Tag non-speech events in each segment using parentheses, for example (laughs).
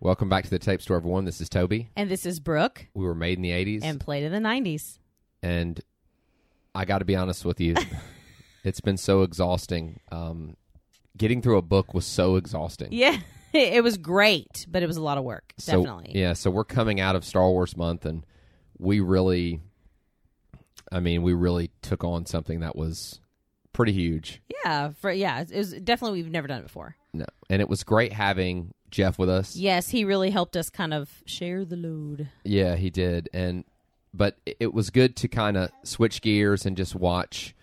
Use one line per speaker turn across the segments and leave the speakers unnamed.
Welcome back to the tapes to everyone. This is Toby.
And this is Brooke
We were made in the 80s.
and played in the 90s.
and I got to be honest with
(laughs)
you, it's been so exhausting. Um, getting through a book was so exhausting.
Yeah. (laughs) It was great, but it was a lot of work.
So,
Definitely.
Yeah, so we're coming out of Star Wars month, and we really, I mean, we really took on something that was pretty huge.
Yeah, for yeah, it was definitely we've never done it before.
No, and it was great having Jeff with us.
Yes, he really helped us kind of share the load.
Yeah, he did. And but it- it was good to kind of switch gears and just watch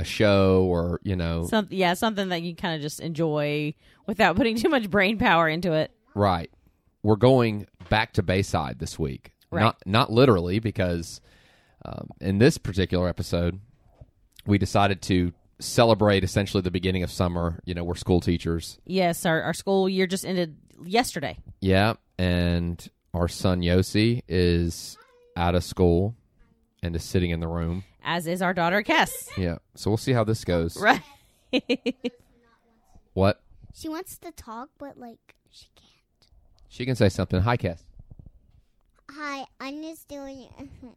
a show or, you know,
Some, yeah, something that you kind of just enjoy without (laughs) putting too much brain power into it.
right. We're going back to Bayside this week.
Right.
Not not literally because um, in this particular episode we decided to celebrate essentially the beginning of summer, you know, we're school teachers.
Yes, our, our school year just ended yesterday.
Yeah, and our son Yossi is out of school and is sitting in the room.
As is our daughter
(laughs)
Kess.
Yeah. So we'll see how this goes.
Right. (laughs)
What?
She wants to talk, but like she can't.
She can say something. Hi, Cass.
Hi, I'm just doing.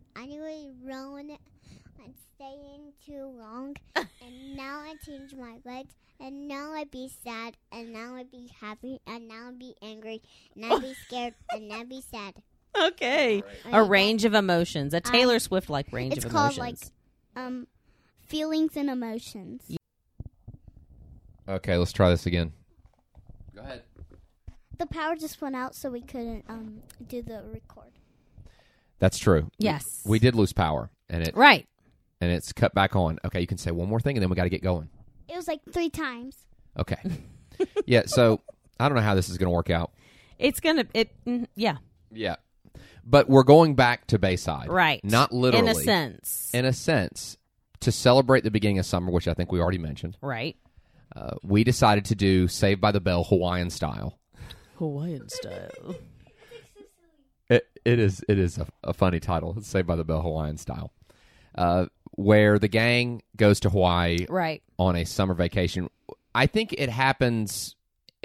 (laughs) I knew I rolling it. I'm staying too (laughs) long, and now I change my legs, and now I be sad, and now I be happy, and now I be angry, and I (laughs) be scared, and I be sad.
okay. A range of emotions, a Taylor Swift like range
Um, it's
of
called,
emotions.
like- Um, feelings and emotions.
Okay, let's try this again. Go ahead.
The power just went out, so we couldn't um do the record.
That's true.
yes.
We did lose power, and it
Right.
and it's cut back on. Okay, you can say one more thing, and then we got to get going.
It was like three times.
(laughs)
Okay. yeah. So I don't know how this is going to work out.
It's gonna it mm, yeah.
Yeah. But we're going back to Bayside,
Right.
Not literally,
In a sense.
In a sense, to celebrate the beginning of summer, which I think we already mentioned,
right.
uh, we decided to do Saved by the Bell Hawaiian style.
Hawaiian style.
It, it is it is a, a funny title, Saved by the Bell Hawaiian style, uh, where the gang goes to Hawaii
Right.
on a summer vacation. I think it happens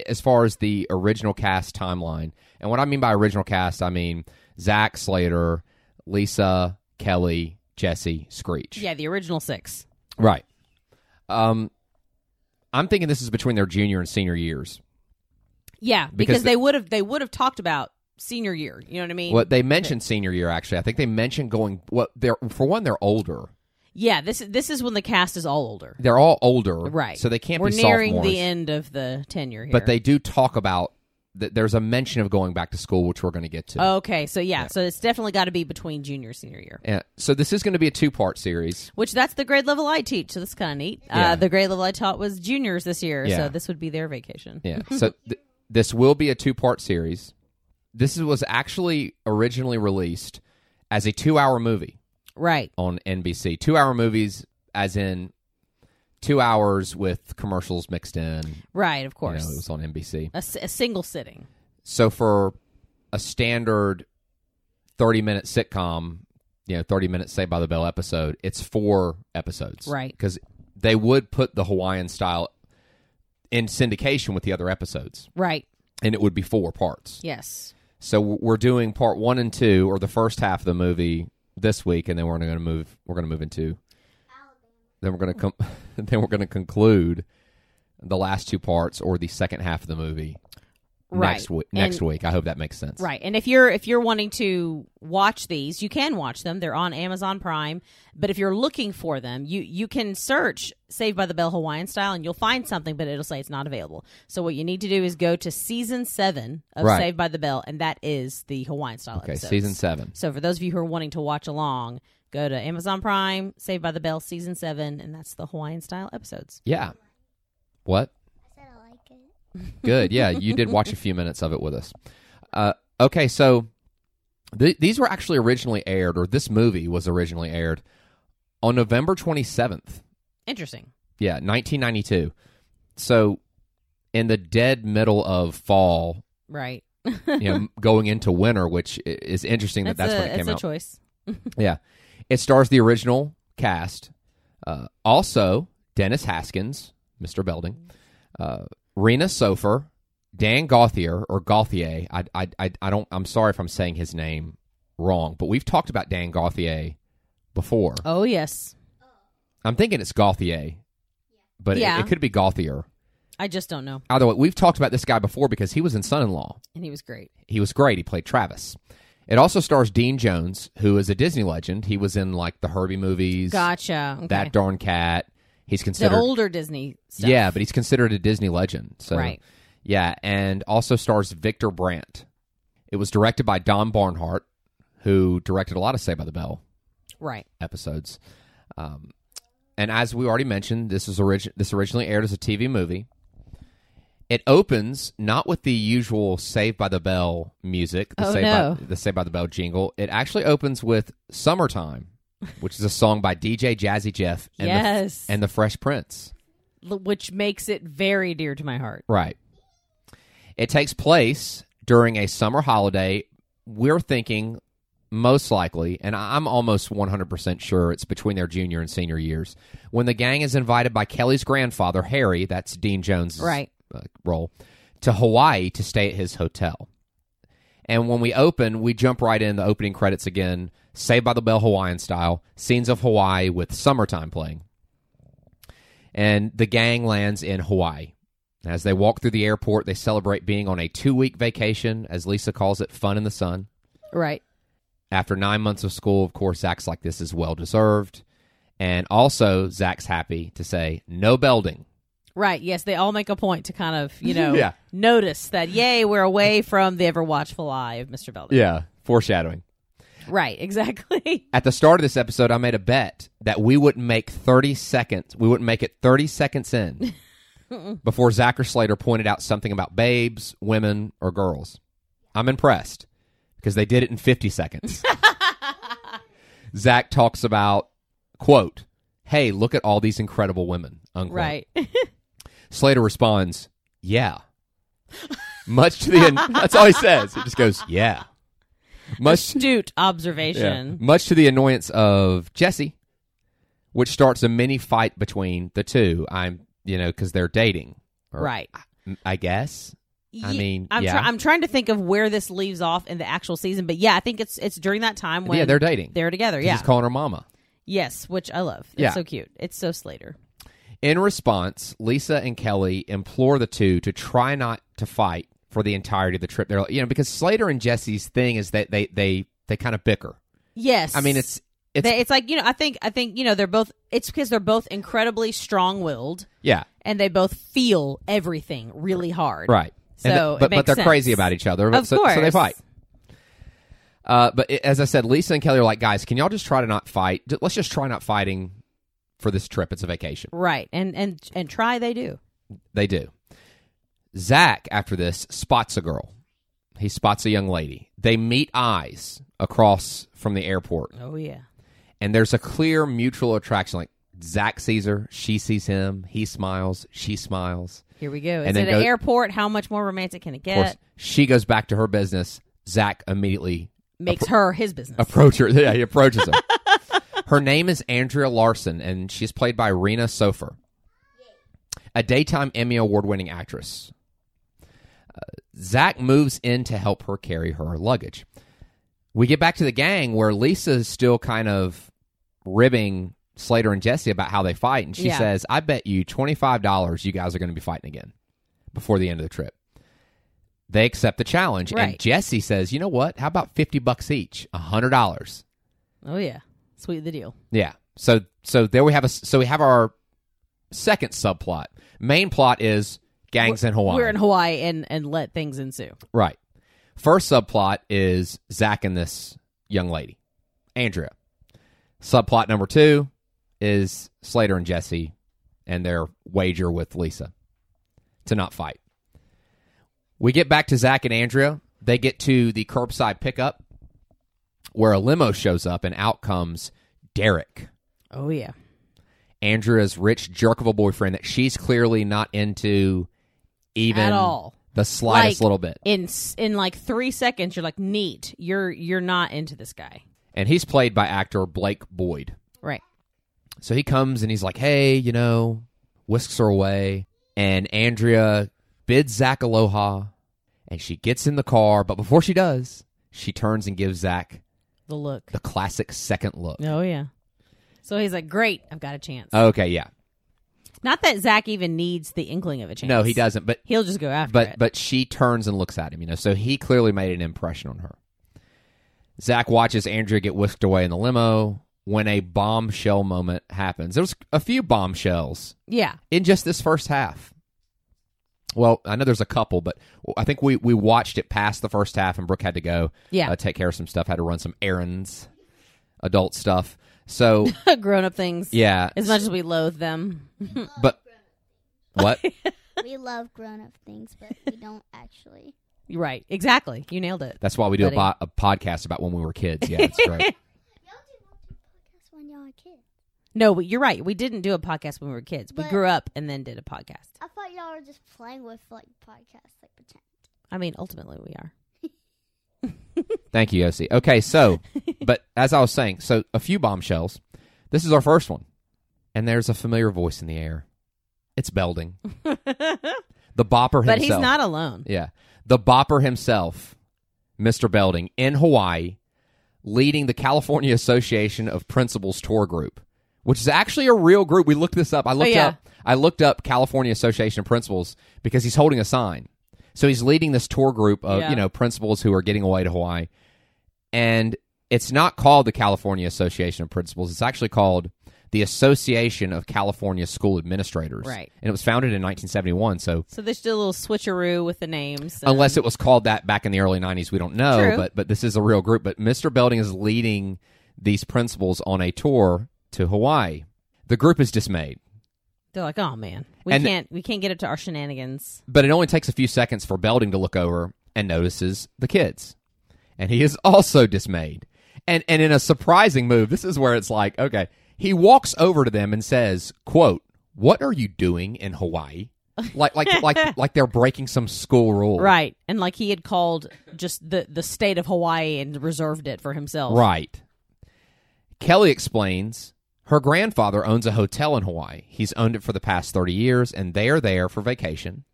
as far as the original cast timeline. And what I mean by original cast, I mean Zach Slater, Lisa, Kelly, Jesse, Screech.
Yeah, the original six.
Right. Um, I'm thinking this is between their junior and senior years.
Yeah, because,
Because the-
they would have they would have talked about senior year. You know what I mean?
What they mentioned senior year, actually, I think they mentioned going. What they're for one, they're older.
Yeah, this is this is when the cast is all older.
They're all older,
Right.
So they can't
We're
be
nearing
sophomores.
the end of the tenure here.
But they do talk about that. There's a mention of going back to school, which we're going to get to.
Okay, so yeah, so it's definitely got to be between junior senior year.
Yeah. So this is going to be a two part series.
Which that's the grade level I teach, so that's kind of neat.
Yeah.
Uh, the grade level I taught was juniors this year,
Yeah.
so this would be their vacation.
Yeah.
(laughs)
so th- this will be a two part series. This is- was actually originally released as a two hour movie
Right.
on NBC. Two hour movies, as in two hours with commercials mixed in.
Right, of
You know, it
course.
was on NBC.
a, s- a single sitting.
So for a standard 30 minute sitcom, you know, 30 minute Saved by the Bell episode, it's four episodes.
Right.
Because they would put the Hawaiian style in syndication with the other episodes,
Right.
and it would be four parts.
Yes.
So w- we're doing part one and two, or the first half of the movie this week, and then we're going to move. We're going to move into. Then we're going to come. (laughs) then we're going to conclude the last two parts, or the second half of the movie
Right.
next week. Next
And-
week, I hope that makes sense.
Right. And if you're if you're wanting to watch these, you can watch them. They're on Amazon Prime. But if you're looking for them, you you can search Saved by the Bell Hawaiian Style and you'll find something, but it'll say it's not available. So what you need to do is go to season seven of
Right.
Saved by the Bell, and that is the Hawaiian Style.
Okay,
episodes.
season seven.
So for those of you who are wanting to watch along, go to Amazon Prime, Saved by the Bell season seven, and that's the Hawaiian Style episodes.
Yeah. What?
I said I like it.
Good. Yeah, you did watch a few minutes of it with us. Uh, okay, so th- these were actually originally aired, or this movie was originally aired on November twenty seventh.
Interesting.
Yeah, nineteen ninety two. So in the dead middle of fall,
Right.
you
(laughs)
know, going into winter, which i- is interesting that that's,
a,
when it came
it's
out.
a choice.
Yeah. It stars the original cast. Uh,
Mm-hmm.
also, Dennis Haskins, Mr. Belding, uh, Rena Sofer, Dan Gauthier or Gauthier. I, I I I don't. I'm sorry if I'm saying his name wrong, but we've talked about Dan Gauthier before.
Oh yes,
I'm thinking it's Gauthier, but it-
Yeah.
it, could be Gauthier.
I just don't know,
Either way, we've talked about this guy before because he was in Son-in-Law.
and he was great.
He was great. He played Travis. It also stars Dean Jones, who is a Disney legend. He was in like the Herbie movies,
Gotcha. Okay.
That Darn Cat. He's
the
considered
older Disney stuff.
yeah, but he's considered a Disney legend. So
Right.
yeah, and also stars Victor Brandt. It was directed by Don Barnhart, who directed a lot of Say by the Bell
right.
episodes. Um, and as we already mentioned, this was origi- this originally aired as a TV movie. It opens not with the usual "Saved by the Bell" music, the
Oh,
Saved
no.
by, the "Saved by the Bell" jingle. It actually opens with "Summertime," which is a song by DJ Jazzy Jeff and,
(laughs) Yes.
the, and the Fresh Prince.
L- which makes it very dear to my heart.
Right. It takes place during a summer holiday. We're thinking most likely, and I- I'm almost 100% sure it's between their junior and senior years, when the gang is invited by Kelly's grandfather, Harry, that's Dean Jones'
Right.
uh, role, to Hawaii to stay at his hotel. And when we open, we jump right in the opening credits again, Saved by the Bell Hawaiian style, scenes of Hawaii with summertime playing. And the gang lands in Hawaii. As they walk through the airport, they celebrate being on a two week vacation, as Lisa calls it, fun in the sun.
Right.
After nine months of school, of course, Zach's like, this is well deserved. And also, Zach's happy to say, no belding.
Right. Yes, they all make a point to kind
(laughs)
of, you know,
Yeah.
notice that yay, we're away from the ever watchful eye of Mr. Belden.
Yeah, foreshadowing.
Right, exactly. (laughs)
At the start of this episode, I made a bet that we wouldn't make 30 seconds. We wouldn't make it 30 seconds in before Zach or Slater pointed out something about babes, women, or girls. I'm impressed because they did it in 50 seconds. Zach talks about, quote, hey, look at all these incredible women, unquote. (laughs)
right.
Slater responds, "Yeah." Much to the that's all he says. He just goes, "Yeah."
(laughs)
Much
Astute
yeah.
observation.
much to the annoyance of Jesse, which starts a mini fight between the two. I'm you know because they're dating, or-
(laughs) Right.
I, I guess. I
Ye-
mean,
I'm,
yeah.
try- I'm trying to think of where this leaves off in the actual season, but yeah, I think it's it's during that time when
yeah, they're dating.
they're together.
He's
Yeah,
just calling her mama.
yes, which I love. It's
Yeah.
so cute. It's so Slater.
In response, Lisa and Kelly implore the two to try not to fight for the entirety of the trip. They're like, you know because Slater and Jesse's thing is that they they they kind of bicker.
Yes,
I mean, it's it's
They- it's like you know, I think I think you know they're both. It's because they're both incredibly strong-willed
yeah.
and they both feel everything really hard.
Right. And
So
th- but
it
but
makes
they're
sense.
crazy about each other.
Of
so, so they
course.
fight. Uh, but i as I said, Lisa and Kelly are like, guys, can y'all just try to not fight? D- Let's just try not fighting for this trip. It's a vacation.
Right, and and and try they do.
They do. Zach, after this, spots a girl. He spots a young lady. They meet eyes across from the airport,
Oh yeah,
and there's a clear mutual attraction. Like Zach sees her, she sees him. He smiles, she smiles.
here we go. Is
And
it
then
an
go-
airport? How much more romantic can it
Of course,
get?
she goes back to her business. Zach immediately
Makes her his
(laughs)
business.
approach her. Yeah, he approaches her. her (laughs) name is Andrea Larson, and she's played by Rena Sofer, a daytime Emmy award-winning actress. Uh, Zach moves in to help her carry her luggage. We get back to the gang where Lisa is still kind of ribbing Slater and Jesse about how they fight, and she
Yeah.
says, "I bet you twenty-five dollars you guys are going to be fighting again before the end of the trip." They accept the challenge, and
Right.
Jesse says, "You know what? How about fifty bucks each? A hundred dollars."
oh yeah, sweet the deal.
Yeah. So so there we have a so we have our second subplot. Main plot is gangs in Hawaii.
We're in Hawaii and and let things ensue.
right. First subplot is Zach and this young lady, Andrea. Subplot number two is Slater and Jesse and their wager with Lisa to not fight. We get back to Zach and Andrea. They get to the curbside pickup where a limo shows up and out comes Derek.
Oh yeah,
Andrea's rich jerk of a boyfriend that she's clearly not into even
at all.
the slightest
Like-
little bit.
in s- in like three seconds you're like neat you're you're not into this guy
And he's played by actor Blake Boyd.
right
So he comes and he's like, "Hey, you know," whisks her away, and Andrea bids Zach aloha, and she gets in the car. But before she does, she turns and gives Zach
The look.
the classic second look.
Oh yeah. So he's like, "Great, I've got a chance."
Okay, yeah.
Not that Zach even needs the inkling of a chance.
No, he doesn't. But
He'll just go after
but
it.
but she turns and looks at him. You know, so he clearly made an impression on her. Zach watches Andrea get whisked away in the limo when a bombshell moment happens. There was a few bombshells
yeah,
in just this first half. Well, I know there's a couple, but I think we, we watched it past the first half, and Brooke had to go
Yeah.
uh, take care of some stuff, had to run some errands, adult stuff.
(laughs)
So
grown up things.
yeah,
As much as we loathe them. (laughs)
but what?
we love grown up things, but we don't actually.
You're right. Exactly. You nailed it.
That's why we do a,
Buddy.
bo- a podcast about when we were kids. Yeah, that's
(laughs)
great.
That's when y'all are kids.
No, but you're right. We didn't do a podcast when we were kids. we
But-
grew up and then did a podcast.
I thought y'all were just playing with like podcasts, like pretend.
I mean, ultimately we are.
Thank you, Yossi. Okay,
(laughs)
so, but as I was saying, so a few bombshells. This is our first one, and there's a familiar voice in the air. It's
(laughs)
Belding, the bopper himself.
But he's not alone.
Yeah. The bopper himself, Mr. Belding, in Hawaii, leading the California (laughs) Association of Principals tour group, which is actually a real group. We looked this up. I looked
Oh, yeah.
up I looked up California Association of Principals because he's holding a sign. So he's leading this tour group of,
Yeah.
you know, principals who are getting away to Hawaii. And it's not called the California Association of Principals. It's actually called the Association of California School Administrators.
Right.
And it was founded in 1971, so
So they just did a little switcheroo with the names. and-
unless it was called that back in the early 90s we don't know
um, True.
but but this is a real group but mr belding is leading these principals on a tour to hawaii the group is dismayed
they're like, "Oh man, we
And-
can't we can't get up to our shenanigans."
but it only takes a few seconds for belding to look over and notices the kids and he is also dismayed and and in a surprising move this is where it's like okay he walks over to them and says quote what are you doing in hawaii like like like like they're breaking some school rule
Right. And like he had called just the the state of Hawaii and reserved it for himself.
Right. Kelly explains her grandfather owns a hotel in Hawaii. He's owned it for the past 30 years, and they are there for vacation,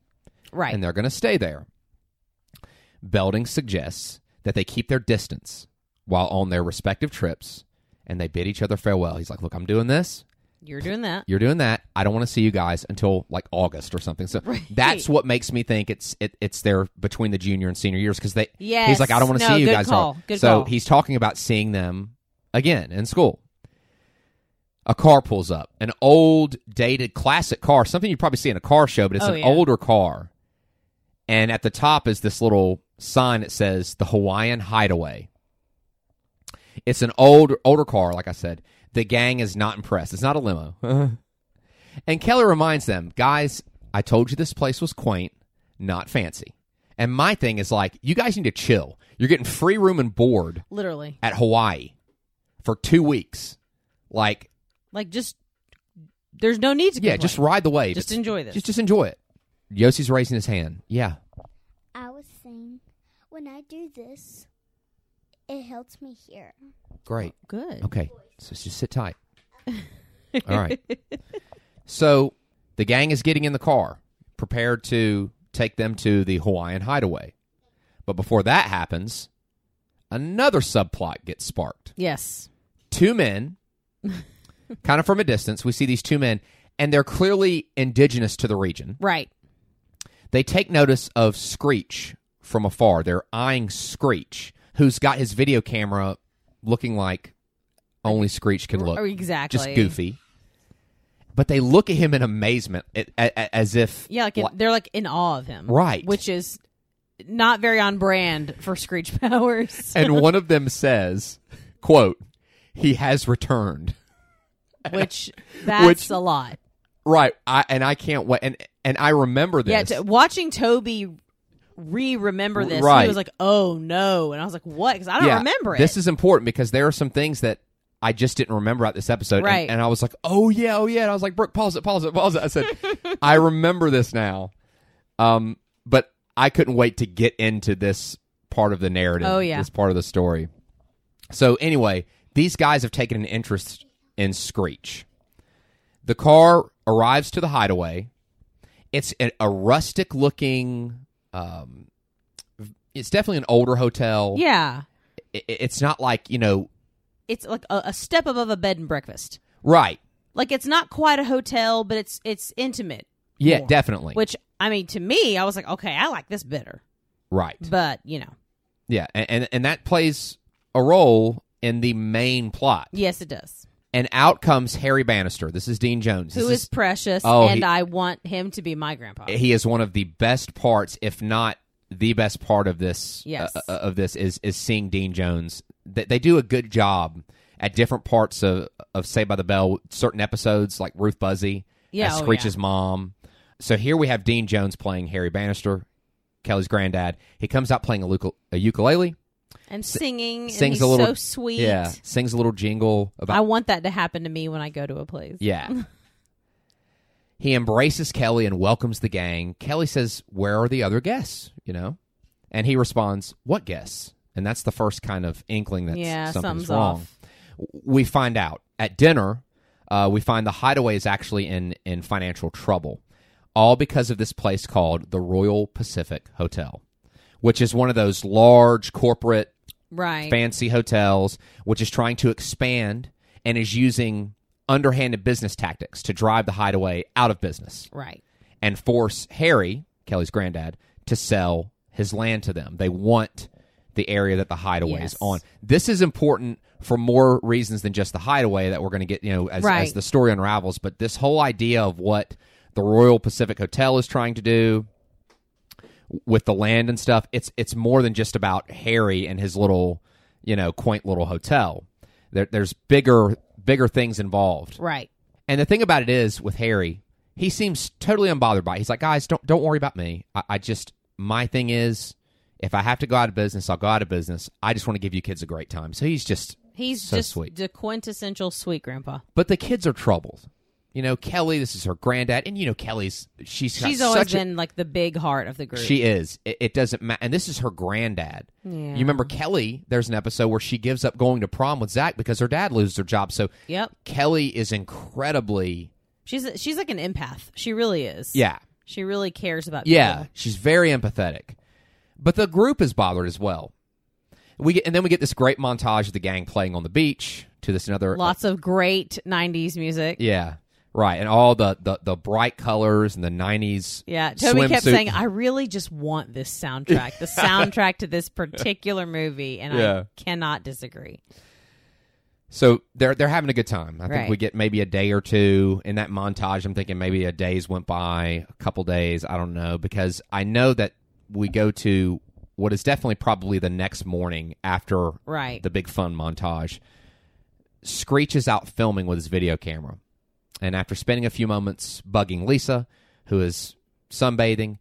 Right.
and they're going to stay there. Belding suggests that they keep their distance while on their respective trips, and they bid each other farewell. He's like, Look, I'm doing this.
You're doing that.
You're doing that. I don't want to see you guys until like August or something. So
Right.
that's what makes me think it's it, it's there between the junior and senior years because they
Yes.
He's like, I don't want to
No,
see you
good
guys.
Call.
all.
Good
so
call.
he's talking about seeing them again in school. A car pulls up, an old, dated, classic car, something you'd probably see in a car show, but it's
Oh,
an
yeah.
older car. And at the top is this little sign that says the Hawaiian Hideaway. It's an old, older car, like I said. The gang is not impressed. It's not a limo. (laughs) And Kelly reminds them, guys, I told you this place was quaint, not fancy. And my thing is like, you guys need to chill. You're getting free room and board
Literally.
at Hawaii for two weeks. Like,
Like just there's no need to
yeah,
complain.
just ride the wave.
Just
It's-
enjoy this.
Just, just enjoy it. Yossi's raising his hand. Yeah.
I was saying, when I do this, it helps me hear.
Great.
good.
Okay. So just sit
(laughs)
tight. All right. So the gang is getting in the car, prepared to take them to the Hawaiian hideaway. But before that happens, another subplot gets sparked.
Yes.
Two men,
(laughs)
kind of from a distance, we see these two men, and they're clearly indigenous to the region.
Right.
They take notice of Screech from afar. They're eyeing Screech, who's got his video camera looking like only Screech can look
Oh, exactly.
just goofy. But they look at him in amazement, it, a, a- as if
Yeah, like in,
Wha-
they're like in awe of him.
Right.
Which is not very on brand for Screech (laughs)
(laughs)
Powers.
(laughs) and one of them says, "quote He has returned."
which that's
Which-
a lot.
Right, I, and I can't wait. And and I remember
Yeah,
this.
to, watching Toby re remember this,
Right.
he was like, "Oh no," and I was like, "What?" Because I don't
Yeah,
remember it.
This is important because there are some things that I just didn't remember about this episode. and-
Right.
And, I was like, "Oh yeah, oh yeah." And I was like, "Brooke, pause it, pause it, pause it." I
(laughs)
said, "I remember this now," um, but I couldn't wait to get into this part of the narrative.
Oh, yeah.
this part of the story. So anyway, these guys have taken an interest in Screech. The car arrives to the hideaway, It's a, a rustic looking. Um, it's definitely an older hotel.
Yeah.
I- I- it's not like you know,
It's like a, a step above a bed and breakfast.
right?
Like it's not quite a hotel, but it's it's intimate.
Yeah,
More.
definitely.
Which I mean, to me, I was like, okay, I like this better.
right.
But you know,
Yeah, and, and and that plays a role in the main plot.
yes, it does.
And out comes Harry Bannister. This is Dean Jones.
Who
This
is precious,
Oh,
and
he-
I want him to be my grandpa.
he is one of the best parts, if not the best part of this.
Yes.
uh, uh, of this is is seeing Dean Jones. They, they do a good job at different parts of of Say by the Bell. Certain episodes, like Ruth Buzzy,
Yeah,
as
oh,
Screech's mom. So here we have Dean Jones playing Harry Bannister, Kelly's granddad. He comes out playing a, lucal- a ukulele.
and singing, and
sings
he's
a little-
so sweet.
Yeah, sings a little jingle about
I want that to happen to me when I go to a place. (laughs)
Yeah. he embraces Kelly and welcomes the gang. Kelly says, Where are the other guests? You know? And he responds, What guests? And that's the first kind of inkling that s-
Yeah,
something's,
something's
wrong.
off.
W- We find out at dinner, uh, we find the hideaway is actually in, in financial trouble, all because of this place called the Royal Pacific Hotel, which is one of those large corporate
Right.
fancy hotels, which is trying to expand and is using underhanded business tactics to drive the hideaway out of business
right.
and force Harry, Kelly's granddad, to sell his land to them. They want the area that the hideaway
Yes.
is on. This is important for more reasons than just the hideaway that we're going to get, you know, as,
Right.
as the story unravels, but this whole idea of what the Royal Pacific Hotel is trying to do with the land and stuff, it's it's more than just about Harry and his little, you know, quaint little hotel. There, there's bigger bigger things involved.
Right.
And the thing about it is with Harry, he seems totally unbothered by it. He's like, guys, don't don't worry about me. I, I just my thing is if I have to go out of business, I'll go out of business. I just want to give you kids a great time. So he's just
He's
So
just
sweet.
the quintessential sweet grandpa.
but the kids are troubled. You know, Kelly, this is her granddad, and you know Kelly's she's got
She's always
such a-
been like the big heart of the group.
(laughs) she is. It, it doesn't matter. And this is her granddad.
Yeah.
You remember Kelly? There's an episode where she gives up going to prom with Zach because her dad loses her job. So
Yep.
Kelly is incredibly
She's she's like an empath. She really is.
yeah.
She really cares about
Yeah,
people.
she's very empathetic. But the group is bothered as well. We get, and then we get this great montage of the gang playing on the beach to this another uh,
Lots of great 90s music.
yeah. Right, and all the, the, the bright colors and the nineties.
Yeah, Toby kept
swimsuit.
saying, "I really just want this
(laughs)
soundtrack, the soundtrack to this particular movie," and
Yeah.
I cannot disagree.
So they're they're having a good time. I
Right.
think we get maybe a day or two in that montage. I'm thinking maybe a days went by, a couple days. I don't know because I know that we go to what is definitely probably the next morning after
Right?
the big fun montage. Screech is out filming with his video camera. And after spending a few moments bugging Lisa, who is sunbathing,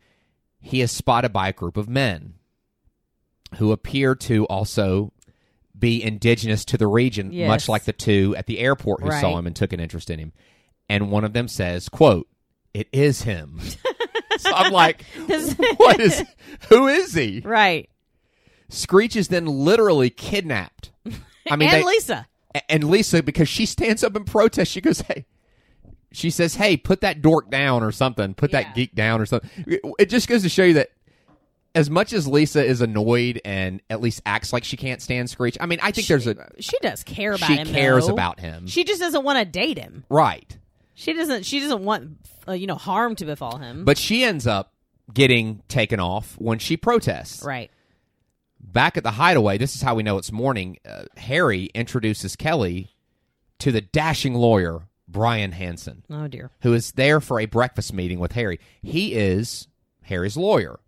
he is spotted by a group of men who appear to also be indigenous to the region,
Yes.
much like the two at the airport who saw
Right.
him and took an interest in him. And one of them says, quote, it is
(laughs)
him. so I'm like,
This-
(laughs) what is, who is he?
right.
Screech is then literally kidnapped. I mean,
(laughs) and
they-
Lisa.
a- and Lisa because she stands up and protests. She goes, "Hey," she says, "Hey, put that dork down or something. Put
Yeah.
that geek down or something." It- It just goes to show you that as much as Lisa is annoyed and at least acts like she can't stand Screech, I mean, I think there's a
She does care about
she
him.
cares
though.
about him,
She just doesn't want to date him.
right?
She doesn't. She doesn't want uh, you know harm to befall him.
But she ends up getting taken off when she protests.
right.
Back at the hideaway, this is how we know it's morning. Uh, Harry introduces Kelly to the dashing lawyer Brian Hansen.
Oh dear.
who is there for a breakfast meeting with Harry. He is Harry's lawyer,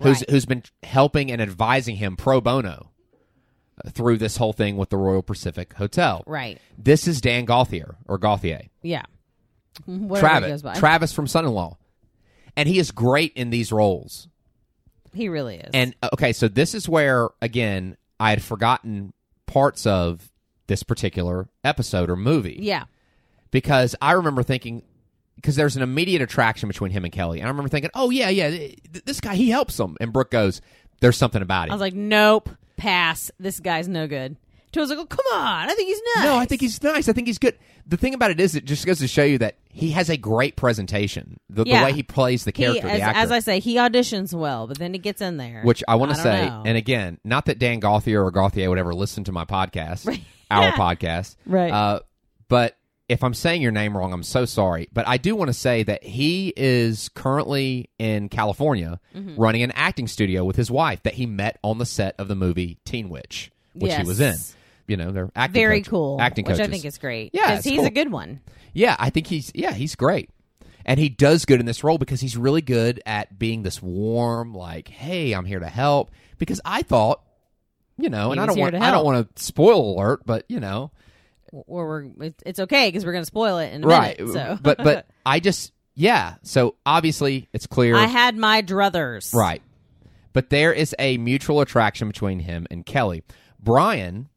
who's
Right.
who's been helping and advising him pro bono uh, through this whole thing with the Royal Pacific Hotel.
Right.
This is Dan Gauthier or Gauthier,
Yeah. Mm-hmm. Whatever he
Travis,
goes by.
Travis from Son-in-Law, and he is great in these roles.
he really is.
And uh, okay, so this is where again I had forgotten parts of this particular episode or movie.
yeah.
because I remember thinking because there's an immediate attraction between him and Kelly, and I remember thinking, oh yeah, yeah, th- th- this guy he helps him. And Brooke goes, there's something about
I was
him.
like, nope, pass. This guy's no good. Toad's like, oh, come on. I think he's nuts.
No, I think he's nice. I think he's good. The thing about it is, it just goes to show you that he has a great presentation. The,
Yeah.
the way he plays the
He-
character,
as,
the actor,
as I say, he auditions well, but then he gets in there.
which I want to
don't
say.
know.
And again, not that Dan Gauthier or Gauthier would ever listen to my podcast,
(laughs)
our podcast,
Right.
Uh, but if I'm saying your name wrong, I'm so sorry. But I do want to say that he is currently in California
Mm-hmm.
running an acting studio with his wife that he met on the set of the movie Teen Witch, which he was in.
Yes.
You know, they're acting
very
coach-
cool.
acting
which
coaches.
I think is great.
Yeah,
because
it's
he's
cool.
a good one.
Yeah, I think he's yeah, he's great. And he does good in this role because he's really good at being this warm, like, hey, I'm here to help. Because I thought, you know, and I
was
don't
here
want
to
I don't
help.
want to spoil alert, but you know,
(laughs) Or we're it- it's okay because we're going to spoil it in a
right.
minute. So
(laughs) but but I just yeah. So obviously it's clear
(laughs) I had my druthers.
(laughs) Right. But there is a mutual attraction between him and Kelly. Brian,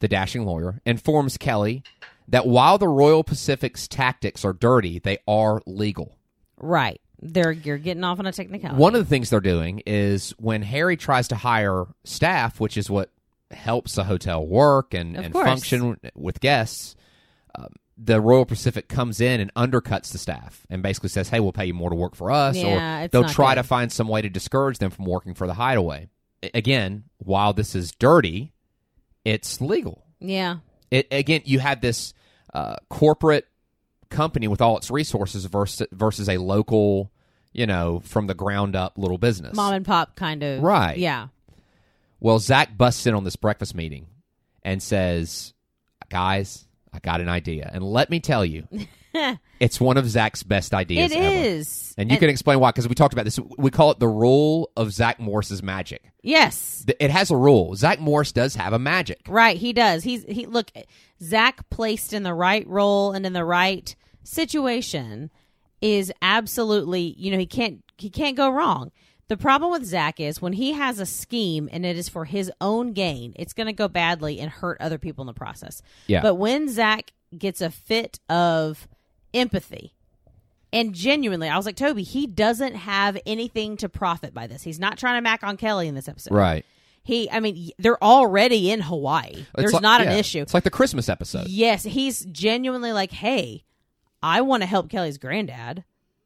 the dashing lawyer, informs Kelly that while the Royal Pacific's tactics are dirty, they are legal.
right. They're you're getting off on a technicality.
One of the things they're doing is when Harry tries to hire staff, which is what helps a hotel work and,
Of
and
course.
function with guests, um, the Royal Pacific comes in and undercuts the staff and basically says, hey, we'll pay you more to work for us.
Yeah,
or
it's
they'll
not
try
good.
to find some way to discourage them from working for the hideaway. A- Again, while this is dirty, it's legal
yeah.
it again you have this uh, corporate company with all its resources versus versus a local you know from the ground up little business
Mom and pop kind of.
Right.
Yeah.
well zach busts in on this breakfast meeting and says guys i got an idea and let me tell
(laughs)
you it's one of zach's best ideas
It
ever
is.
and you can explain why because we talked about this we call it the rule of zach morse's magic
Yes.
Th- it has a rule zach morse does have a magic
Right, he does. He's he look Zach placed in the right role and in the right situation is absolutely you know, he can't he can't go wrong. The problem with Zach is when he has a scheme and it is for his own gain, it's gonna go badly and hurt other people in the process.
Yeah.
But when Zach gets a fit of empathy and genuinely, I was like, Toby, he doesn't have anything to profit by this. He's not trying to mac on Kelly in this episode.
right
He, I mean, y- they're already in Hawaii. There's not an issue.
it's like the christmas episode
Yes, he's genuinely like, hey, I want to help Kelly's granddad.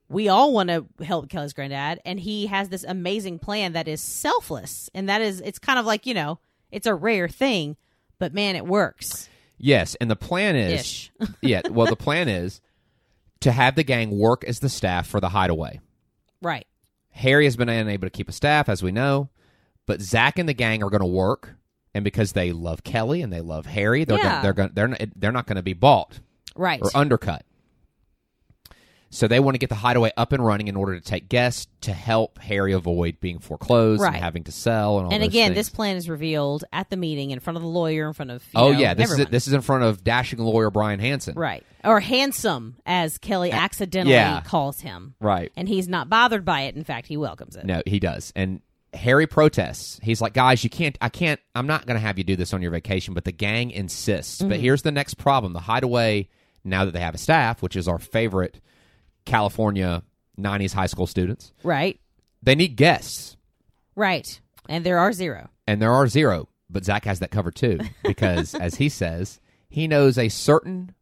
We all want to help Kelly's granddad. And he has this amazing plan that is selfless. And that is, it's kind of like, you know, it's a rare thing, but man, it works.
Yes, and the plan is
Ish.
(laughs) yeah, well the plan is to have the gang work as the staff for the hideaway.
Right.
Harry has been unable to keep a staff, as we know, but Zach and the gang are going to work, and because they love Kelly and they love Harry, they're
Yeah.
gonna, they're gonna, they're not, they're not going to be bought
Right.
or undercut. So they want to get the hideaway up and running in order to take guests to help Harry avoid being foreclosed and
Right.
having to sell and all.
and
those
again,
things.
this plan is revealed at the meeting in front of the lawyer, in front of you
oh
know,
yeah, this is
everyone.
this is in front of dashing lawyer Brian Hansen.
right or handsome as Kelly accidentally
yeah.
calls him.
right.
and he's not bothered by it. In fact, he welcomes it.
No, he does. And Harry protests. He's like, guys, you can't, I can't, I'm not going to have you do this on your vacation, but the gang insists. But here's the next problem the hideaway, now that they have a staff, which is our favorite California 90s high school students,
Right,
they need guests.
right. And there are zero.
And there are zero, but Zach has that covered too, because as he says, he knows a certain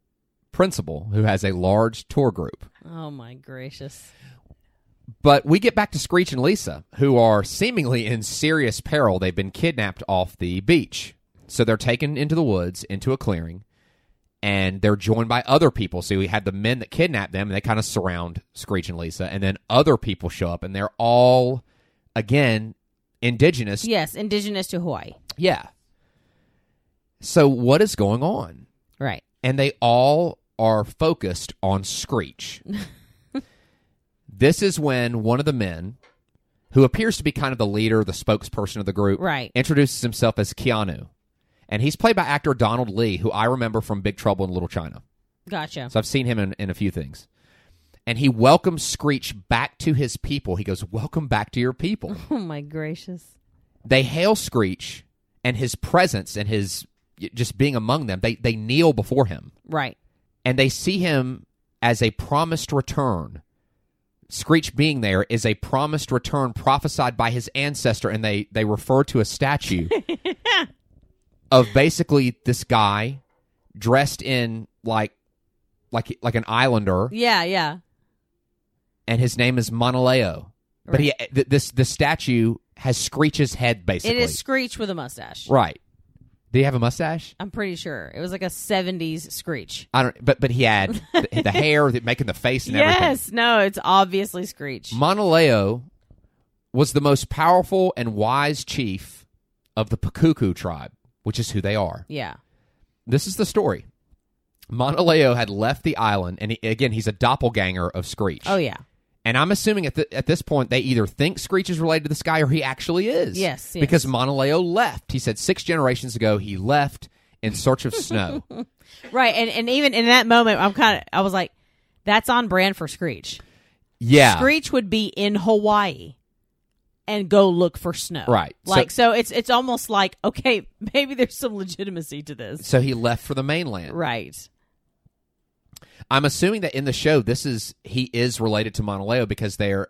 principal who has a large tour group.
Oh my gracious!
But we get back to Screech and Lisa, who are seemingly in serious peril. They've been kidnapped off the beach. So they're taken into the woods, into a clearing, and they're joined by other people. So we had the men that kidnapped them, and they kind of surround Screech and Lisa. And then other people show up, and they're all, again, indigenous.
Yes, indigenous to Hawaii.
Yeah. So what is going on?
Right.
and they all are focused on Screech. this is when one of the men, who appears to be kind of the leader, the spokesperson of the group,
Right.
introduces himself as Keanu. And he's played by actor Donald Lee, who I remember from Big Trouble in Little China.
Gotcha.
So I've seen him in, in a few things. And he welcomes Screech back to his people. He goes, Welcome back to your people.
Oh my gracious!
they hail Screech and his presence and his just being among them. They, they kneel before him
Right.
and they see him as a promised return. Screech being there is a promised
(laughs)
return prophesied by his ancestor, and they, they refer to a statue of basically this guy dressed in like like like an islander
Yeah, yeah.
and his name is Monaleo. But he th- this the statue has Screech's head
It
basically.
is Screech with a mustache.
right. Did he have a mustache?
I'm pretty sure. It was like a 70s Screech.
I don't. But but he
(laughs)
had the, the hair, the, making the face, and everything.
Yes, no, it's obviously Screech.
Monaleo was the most powerful and wise chief of the Pakuku tribe, which is who they are.
yeah.
This is the story. Monaleo had left the island, and he, again, he's a doppelganger of Screech.
Oh yeah.
And I'm assuming at, the, at this point they either think Screech is related to this guy or he actually is.
Yes, yes.
Because Monaleo left. He said six generations ago he left in search of snow. (laughs)
Right, and and even in that moment I'm kind of I was like that's on brand for Screech.
yeah.
Screech would be in Hawaii and go look for snow.
Right. So-
Like so, it's it's almost like okay, maybe there's some legitimacy to this.
So he left for the mainland.
Right.
I'm assuming that in the show this is he is related to Monaleo because they're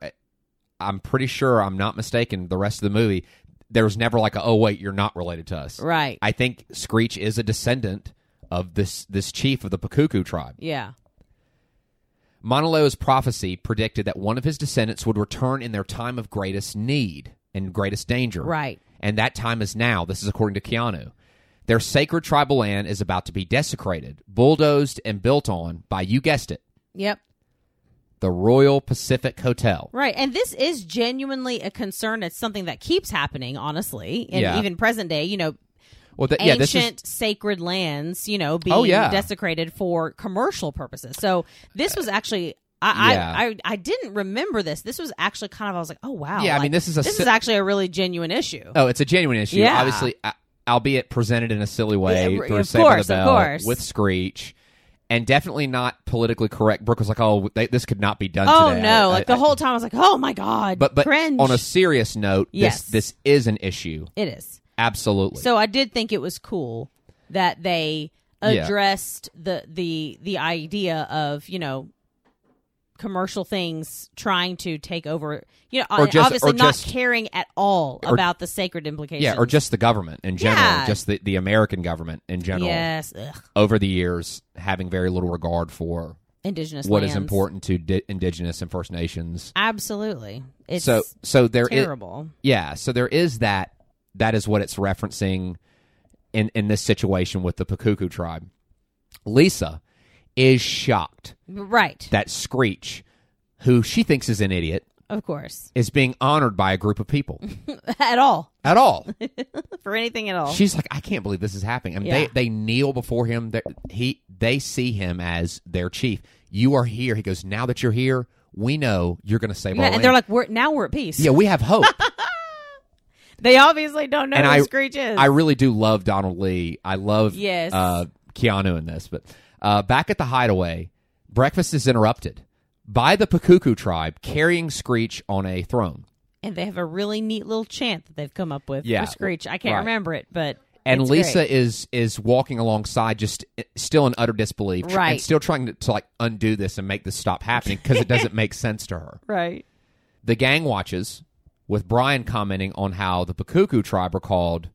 I'm pretty sure I'm not mistaken the rest of the movie there's never like a, oh wait you're not related to us.
Right.
I think Screech is a descendant of this this chief of the Pakuku tribe.
yeah.
Monolo's prophecy predicted that one of his descendants would return in their time of greatest need and greatest danger.
Right.
And that time is now. This is according to Keanu. Their sacred tribal land is about to be desecrated, bulldozed, and built on by, you guessed it,
Yep.
the Royal Pacific Hotel.
Right. And this is genuinely a concern. It's something that keeps happening, honestly, and
Yeah.
even present day. You know,
Well, th- yeah, this is.
ancient sacred lands, you know, being
Oh, yeah.
desecrated for commercial purposes. So this was actually. I,
Yeah.
I, I I didn't remember this. This was actually kind of I was like, oh wow.
Yeah, I
like,
mean, this is a
this
si-
is actually a really genuine issue.
Oh, it's a genuine issue.
Yeah.
Obviously, a- albeit presented in a silly way
Yeah, r-
through
of
Saved by
course,
the
of
Bell
course.
with Screech. And definitely not politically correct. Brooke was like, "Oh, they, this could not be done."
Oh
today. I-
no! Like
I-
the whole time, I was like, "Oh my god!"
but but
cringe.
on a serious note,
Yes.
this this is an issue.
it is.
Absolutely.
So I did think it was cool that they
Yeah.
addressed the the the idea of you know commercial things trying to take over. You know,
Or
or
just-
obviously
or
not
just-
caring at all about the sacred implications.
yeah, or just the government in general,
Yeah.
just the, the American government in general
yes, ugh,
over the years having very little regard for
indigenous.
what is
lands.
important to di- indigenous and First Nations.
Absolutely, it's
so so there is
terrible.
yeah, so there is that that is what it's referencing in in this situation with the Pakuku tribe. Lisa is shocked
right,
that Screech, who she thinks is an idiot,
of course, (laughs)
is being honored by a group of people
at all (laughs)
at all.
for anything at all.
She's like, I can't believe this is happening. I mean,
Yeah.
they, they kneel before him. They, he they see him as their chief. You are here. He goes, now that you're here, we know you're going to save
yeah,
our
and
land.
they're like, "We're now we're at peace."
yeah, we have
(laughs)
hope.
They obviously don't know
And
who
I-
Screech is.
I really do love Donald Lee. I love
Yes.
uh, Keanu in this. But uh, back at the hideaway, breakfast is interrupted by the Pakuku tribe carrying Screech on a throne.
and they have a really neat little chant that they've come up with
Yeah.
for Screech. I can't
Right.
remember it, but
and
it's
Lisa
great.
is is walking alongside, just i- still in utter disbelief, tr-
Right.
and still trying to, to like undo this and make this stop happening because it
(laughs)
doesn't make sense to her.
right.
The gang watches, with Brian commenting on how the Pakuku tribe are called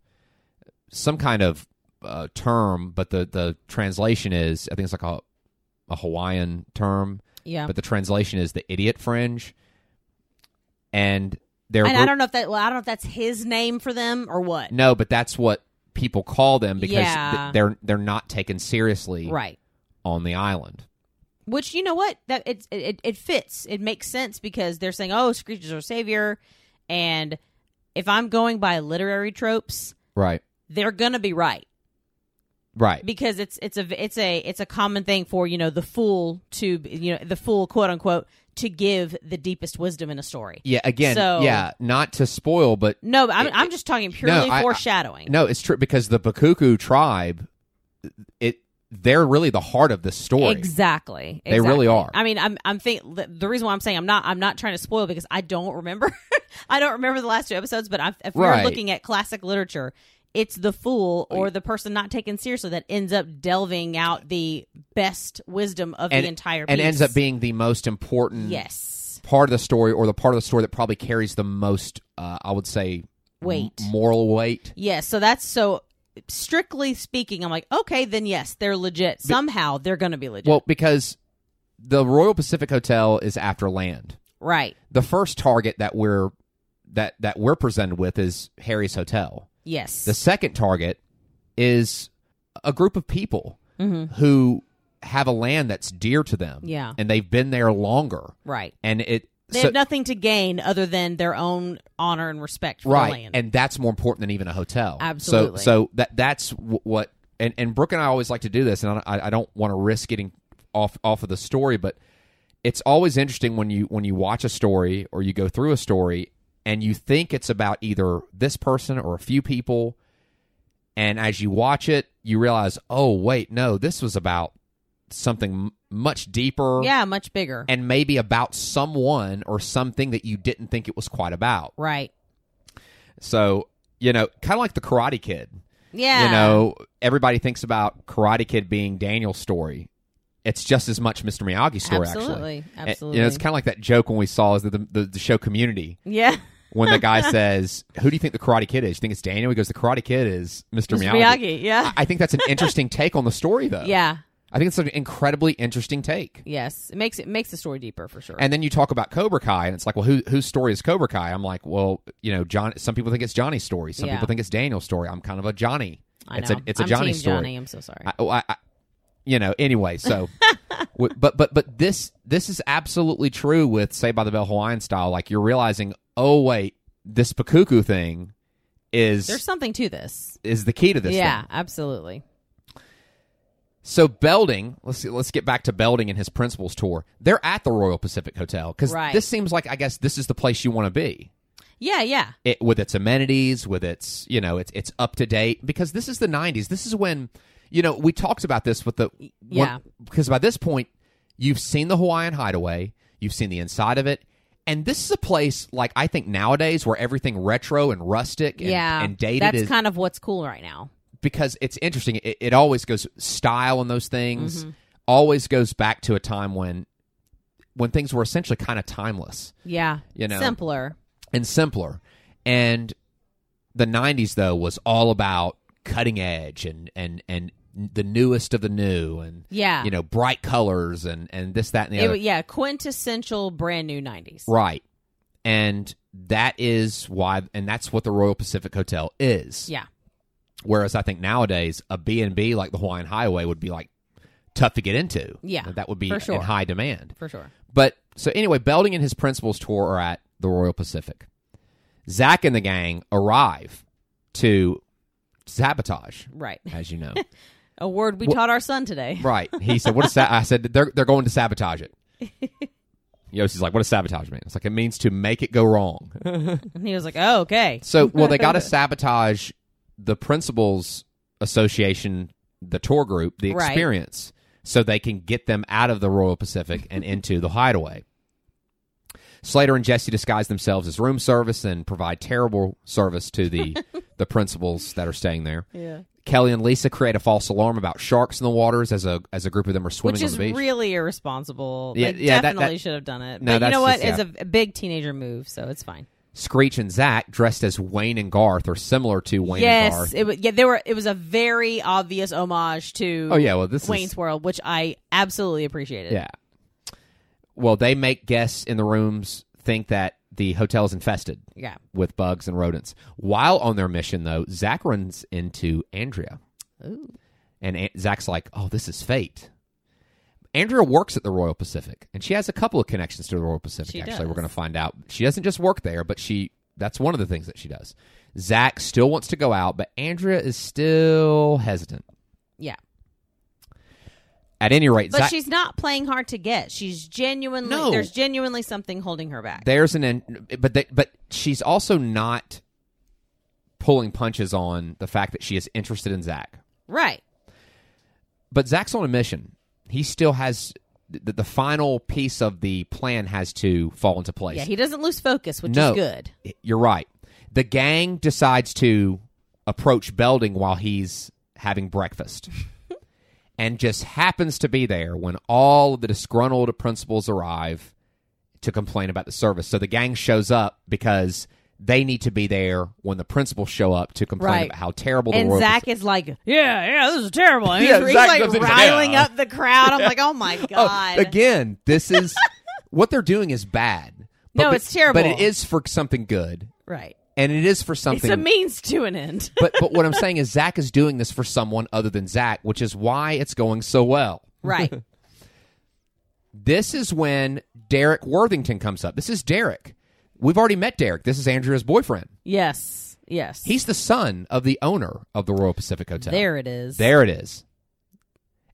some kind of uh, term, but the the translation is I think it's like a a Hawaiian term,
Yeah,
but the translation is the idiot fringe, and they're
and I don't know if that. Well, I don't know if that's his name for them or what.
no, but that's what people call them because th-
Yeah.
they're they're not taken seriously
Right.
on the island.
Which you know what that it, it it fits. It makes sense because they're saying, "Oh, Screech is our savior," and if I'm going by literary tropes,
Right.
they're gonna be right
Right.
because it's it's a it's a it's a common thing for you know the fool to you know the fool quote unquote to give the deepest wisdom in a story.
yeah, again,
So-
yeah, not to spoil but
No, but I'm, I'm just talking purely
I- I-
foreshadowing.
no, it's true because the Bakuku tribe it they're really the heart of the story.
Exactly.
They really
exactly.
are.
I mean, I'm I'm think the- the reason why I'm saying I'm not I'm not trying to spoil because I don't remember. (laughs) I don't remember the last two episodes, but i if we
Right.
we're looking at classic literature, it's the fool or the person not taken seriously that ends up delving out the best wisdom of
and
the entire piece.
and ends up being the most important
yes,
part of the story or the part of the story that probably carries the most uh, I would say m-
Weight.
moral weight.
yes. So that's so strictly speaking, I'm like, okay, then yes, they're legit. Somehow they're going to be legit.
Well, because the Royal Pacific Hotel is after land.
right.
The first target that we're that that we're presented with is Harry's hotel.
Yes.
The second target is a group of people
Mhm.
who have a land that's dear to them.
Yeah.
And they've been there longer.
right.
And it
They
so-
have nothing to gain other than their own honor and respect for
right
the land.
and that's more important than even a hotel
Absolutely.
so so that that's w- what and and brooke and i always like to do this and i, I- I don't want to risk getting off off of the story but it's always interesting when you when you watch a story or you go through a story and you think it's about either this person or a few people and as you watch it you realize oh wait no this was about something m- much deeper
yeah, much bigger.
and maybe about someone or something that you didn't think it was quite about
right.
so, you know, kind of like the Karate Kid.
Yeah.
You know, everybody thinks about Karate Kid being Daniel's story. It's just as much Mr. Miyagi's story, actually.
Absolutely.
And,
Absolutely.
you know, it's kind of like that joke when we saw is the, the, the show Community
(laughs) yeah.
when the
(laughs)
guy says, "Who do you think the Karate Kid is?" You think it's Daniel? He goes, "The Karate Kid is Mr.
Mr.
Miyagi."
Miyagi. Yeah.
I- I think that's an interesting take on the story, though.
(laughs) yeah.
I think it's an incredibly interesting take.
Yes. It makes it makes the story deeper for sure.
And then you talk about Cobra Kai, and it's like, well, who, whose story is Cobra Kai? I'm like, well, you know, John. Some people think it's Johnny's story. Some
Yeah.
people think it's Daniel's story. I'm kind of a Johnny.
I
it's
know.
a it's a
I'm
Johnny
team
story.
Johnny. I'm so sorry.
I, oh, I, I, you know. Anyway,
(laughs)
so, w- but but but this this is absolutely true with Say by the Bell Hawaiian style. Like you're realizing, oh wait, this Pakuku thing is
There's something to this.
is the key to this.
yeah,
thing.
absolutely.
So Belding, let's see, let's get back to Belding and his principals tour. They're at the Royal Pacific Hotel because
Right.
this seems like I guess this is the place you want to be.
Yeah, yeah.
it, with its amenities, with its you know, it's it's up to date because this is the '90s. This is when you know we talked about this with the one-
Yeah.
because by this point you've seen the Hawaiian Hideaway, you've seen the inside of it, and this is a place like I think nowadays where everything retro and rustic and,
yeah.
and dated
That's
is
kind of what's cool right now.
because it's interesting. It, it always goes style and those things
Mm-hmm.
always goes back to a time when when things were essentially kind of timeless
Yeah.
You know.
Simpler.
and simpler. And the '90s though was all about cutting edge and and and the newest of the new, and
Yeah.
you know, bright colors and and this that and the
It
other.
wa- yeah, quintessential brand new 90s.
right, and that is why, and that's what the Royal Pacific Hotel is.
Yeah.
Whereas I think nowadays a B and B like the Hawaiian Highway would be like tough to get into.
Yeah,
that would be
for
in
sure.
high demand.
For sure.
But so anyway, Belding and his principals tour are at the Royal Pacific. Zach and the gang arrive to sabotage,
Right.
as you know.
A word we taught our son today.
right. He said, "What is that?" I said, "They're they're going to sabotage it." Yossi's like, "What does sabotage mean?" It's like it means to make it go wrong.
And he was like, "Oh, okay." (laughs)
So, well, they got to sabotage the principals association, the tour group, the
Right.
experience, so they can get them out of the Royal Pacific and into the Hideaway. Slater and Jesse disguise themselves as room service and provide terrible service to
(laughs)
the the principals that are staying there.
Yeah.
Kelly and Lisa create a false alarm about sharks in the waters as a as a group of them are swimming
Which
on
is
the beach.
really irresponsible.
Yeah,
they
yeah, that-
definitely
that-
should have done it.
No,
but you know
that's
what?
just-
It's a, a big teenager move, so it's fine.
Screech and Zach, dressed as Wayne and Garth, are similar to Wayne and
yes,
Garth.
it was. Yeah, there were. It was a very obvious homage to.
oh yeah, well this is
Wayne's World, which I absolutely appreciated.
Yeah. Well, they make guests in the rooms think that the hotel is infested
Yeah.
with bugs and rodents. While on their mission, though, Zach runs into Andrea.
Ooh.
And An- Zach's like, oh, this is fate. Andrea works at the Royal Pacific, and she has a couple of connections to the Royal Pacific,
She
actually. We're
does.
going to find out. She doesn't just work there, but she. That's one of the things that she does. Zach still wants to go out, but Andrea is still hesitant.
Yeah.
At any rate,
But
Zach,
she's not playing hard to get. She's genuinely
No.
there's genuinely something holding her back.
there's an in, but they, but she's also not pulling punches on the fact that she is interested in Zach.
right.
But Zach's on a mission. He still has the, the final piece of the plan has to fall into place.
Yeah, he doesn't lose focus, which
No.
is good.
You're right. The gang decides to approach Belding while he's having
(laughs)
breakfast. and just happens to be there when all of the disgruntled principals arrive to complain about the service. So the gang shows up because they need to be there when the principals show up to complain
Right.
about how terrible the
and
world
Zach is like, yeah, yeah, this is terrible. And
Yeah,
he's, he's,
Zach
like
comes in,
riling
"Yeah."
up the crowd. I'm like, oh my
(laughs) Oh,
god.
again, this
(laughs)
is what they're doing is bad. But
No,
be-
it's terrible.
But it is for something good,
right.
and it is for
It's
something.
a means to
(laughs)
an end.
but but what I'm saying is Zach is doing this for someone other than Zach, which is why it's going so well.
Right.
This is when Derek Worthington comes up. This is Derek. We've already met Derek. This is Andrea's boyfriend.
Yes. Yes.
He's the son of the owner of the Royal Pacific Hotel.
there. It is.
There it is.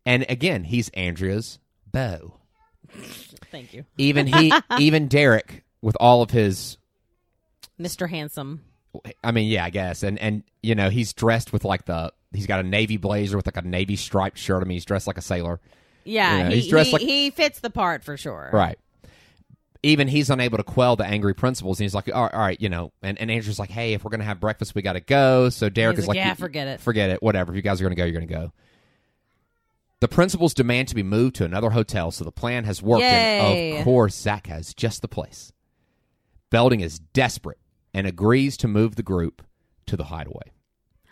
And again, he's Andrea's beau.
Thank you,
Even he, even Derek, with all of his,
Mr. Handsome.
I mean, yeah, I guess, and and you know, he's dressed with like the, he's got a navy blazer with like a navy striped shirt. I mean, he's dressed like a sailor,
Yeah.
Yeah,
he,
he's dressed
he,
like-
he fits the part for sure.
right? Even he's unable to quell the angry principals, and he's like, all right, all right you know, and and Andrew's like, hey, if we're gonna have breakfast, we got to go. So Derek
He's
is
like,
like,
yeah,
you-
forget it.
forget it, whatever. If you guys are gonna go, you're gonna go. The principals demand to be moved to another hotel, so the plan has worked. And
Yay.
of course, Zach has just the place. Belding is desperate and agrees to move the group to the hideaway.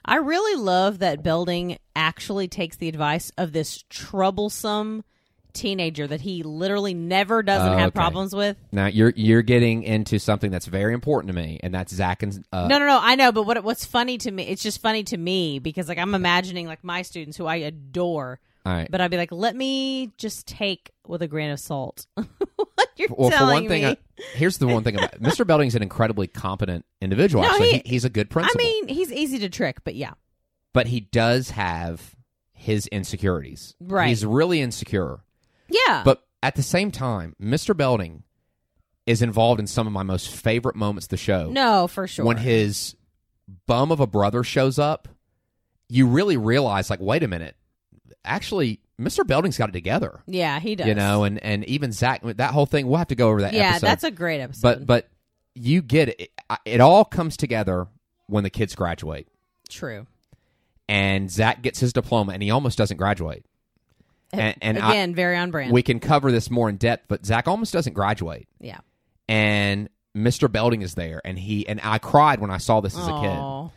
I really love that Belding actually takes the advice of this troublesome teenager that he literally never doesn't
Oh,
have
okay.
problems with.
Now you're you're getting into something that's very important to me, and that's Zach and uh,
No, no, no. I know, but what what's funny to me? It's just funny to me because like I'm imagining like my students who I adore,
all right.
but I'd be like, let me just take with a grain of salt (laughs) what you're
Well, for
telling
one thing,
me.
I, here's the one thing about Mr. Belding's an incredibly competent individual.
No,
Actually,
he-
he, he's a good
I
principal,
mean, he's easy to trick, but yeah,
but he does have his insecurities.
Right.
he's really insecure.
yeah,
But at the same time, Mr. Belding is involved in some of my most favorite moments of the show.
no, for sure.
When his bum of a brother shows up, you really realize, like, wait a minute, actually, Mr. Belding's got it together.
yeah, he does.
You know, and and even Zach, that whole thing. We'll have to go over that.
yeah,
episode.
that's a great episode.
but but you get it. it. I- It all comes together when the kids graduate,
true.
and Zach gets his diploma, and he almost doesn't graduate. And, and I-
Again, very on brand.
we can cover this more in depth, but Zach almost doesn't graduate.
yeah.
and Mr. Belding is there, and he and I cried when I saw this as a kid.
Aw.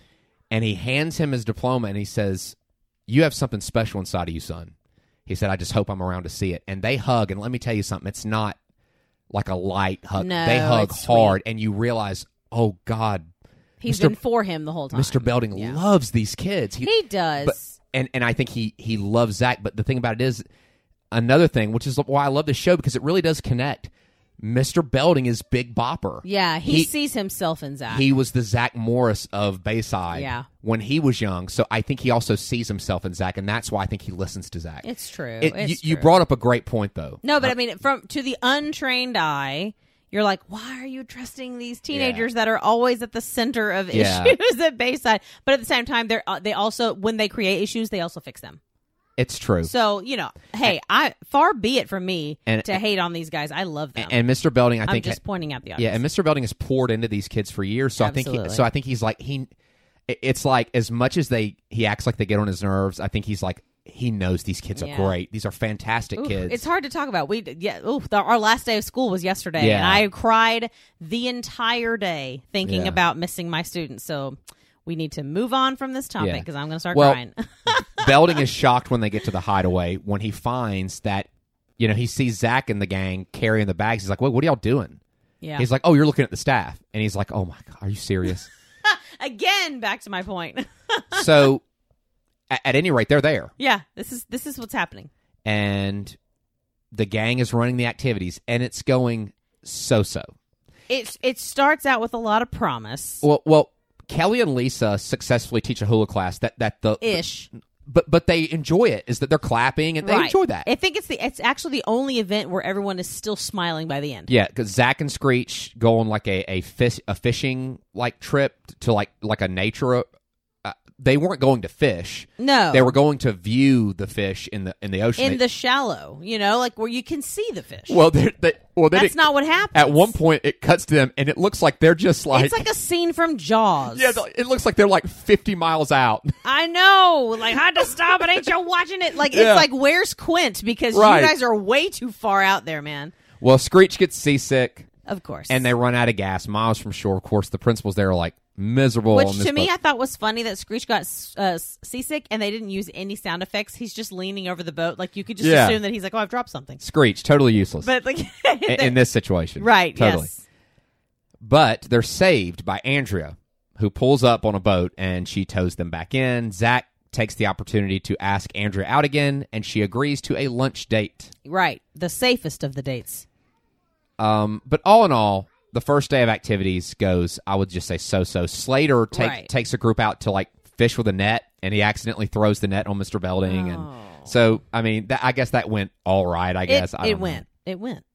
And he hands him his diploma, and he says, "You have something special inside of you, son." He said, "I just hope I'm around to see it." And they hug, and let me tell you something: it's not like a light hug.
No,
they hug
it's
hard, and you realize, oh God,
He's
Mr.
been for him the whole time.
Mr. Belding
Yeah.
loves these kids. He,
He does.
but- and and I think he he loves Zach. But the thing about it is another thing, which is why I love this show because it really does connect. Mr. Belding is Big Bopper.
yeah, he,
he-
sees himself in Zach.
He was the Zach Morris of Bayside
Yeah.
when he was young. So I think he also sees himself in Zach, and that's why I think he listens to Zach.
it's true.
It-
it's
you, you
true.
brought up a great point, though.
No, but I mean, from to the untrained eye, you're like, why are you trusting these teenagers that are always at the center of
Yeah.
issues (laughs) at Bayside? But at the same time, they're uh, they also when they create issues, they also fix them.
It's true.
So you know, hey, I far be it from me
And-
to hate on these guys. I love them.
and Mr. Belding, I
I'm
think,
just pointing out the
yeah,
audience.
and Mr. Belding has poured into these kids for years. So I think,
Absolutely.
he, so I think he's like he. it- It's like as much as they he acts like they get on his nerves. I think he's like he knows these kids
Yeah.
are great. These are fantastic
Oof,
kids.
It's (laughs) hard to talk about. We yeah. Oof, the, our last day of school was yesterday, and
Yeah.
I cried the entire day thinking
Yeah.
about missing my students. So we need to move on from this topic
Yeah.
because I'm going to start
Well,
crying. (laughs)
Belding is shocked when they get to the hideaway when he finds that, you know, he sees Zach and the gang carrying the bags. He's like, "Wait, what are y'all doing?"
yeah.
He's like, "Oh, you're looking at the staff," and he's like, "Oh my god, are you serious?" (laughs)
Again, back to my point. (laughs)
so, at, at any rate, they're there,
yeah, this is this is what's happening.
and the gang is running the activities, and it's going so-so.
It it starts out with a lot of promise
Well, well, Kelly and Lisa successfully teach a hula class that that the
ish.
but but they enjoy it. Is that they're clapping and they
Right.
enjoy that.
I think it's the it's actually the only event where everyone is still smiling by the end.
Yeah, because Zach and Screech go on like a a fish a fishing like trip to like like a nature. Uh, they weren't going to fish.
No,
They were going to view the fish in the in the ocean.
in the shallow, you know, like where you can see the fish.
well, they, they, well, they
That's
didn't-
not what happened.
At one point, it cuts to them, and it looks like they're just like,
it's like a scene from Jaws.
yeah, it looks like they're like fifty miles out. (laughs)
I know. Like, how'd to stop it? Ain't you watching it? Like,
Yeah.
it's like, where's Quint? Because
Right.
you guys are way too far out there, man.
well, Screech gets seasick.
Of course.
and they run out of gas miles from shore. Of course, the principals there are like miserable. on
Which
this
to me,
boat.
I thought was funny that Screech got s- uh, s- seasick and they didn't use any sound effects. He's just leaning over the boat. Like, you could just
Yeah.
assume that he's like, oh, I've dropped something. (laughs)
Screech totally useless
But, like,
in, in this situation.
(laughs) right,
totally.
yes.
But they're saved by Andrea, who pulls up on a boat and she tows them back in. Zach takes the opportunity to ask Andrea out again, and she agrees to a lunch date.
Right. The safest of the dates.
Um, but all in all, the first day of activities goes, I would just say so so. Slater take,
Right.
takes a group out to like fish with a net, and he accidentally throws the net on Mr. Belding.
Oh.
And so, I mean, that, I guess that went all right. I guess
it
I
it
don't know.
went. It went.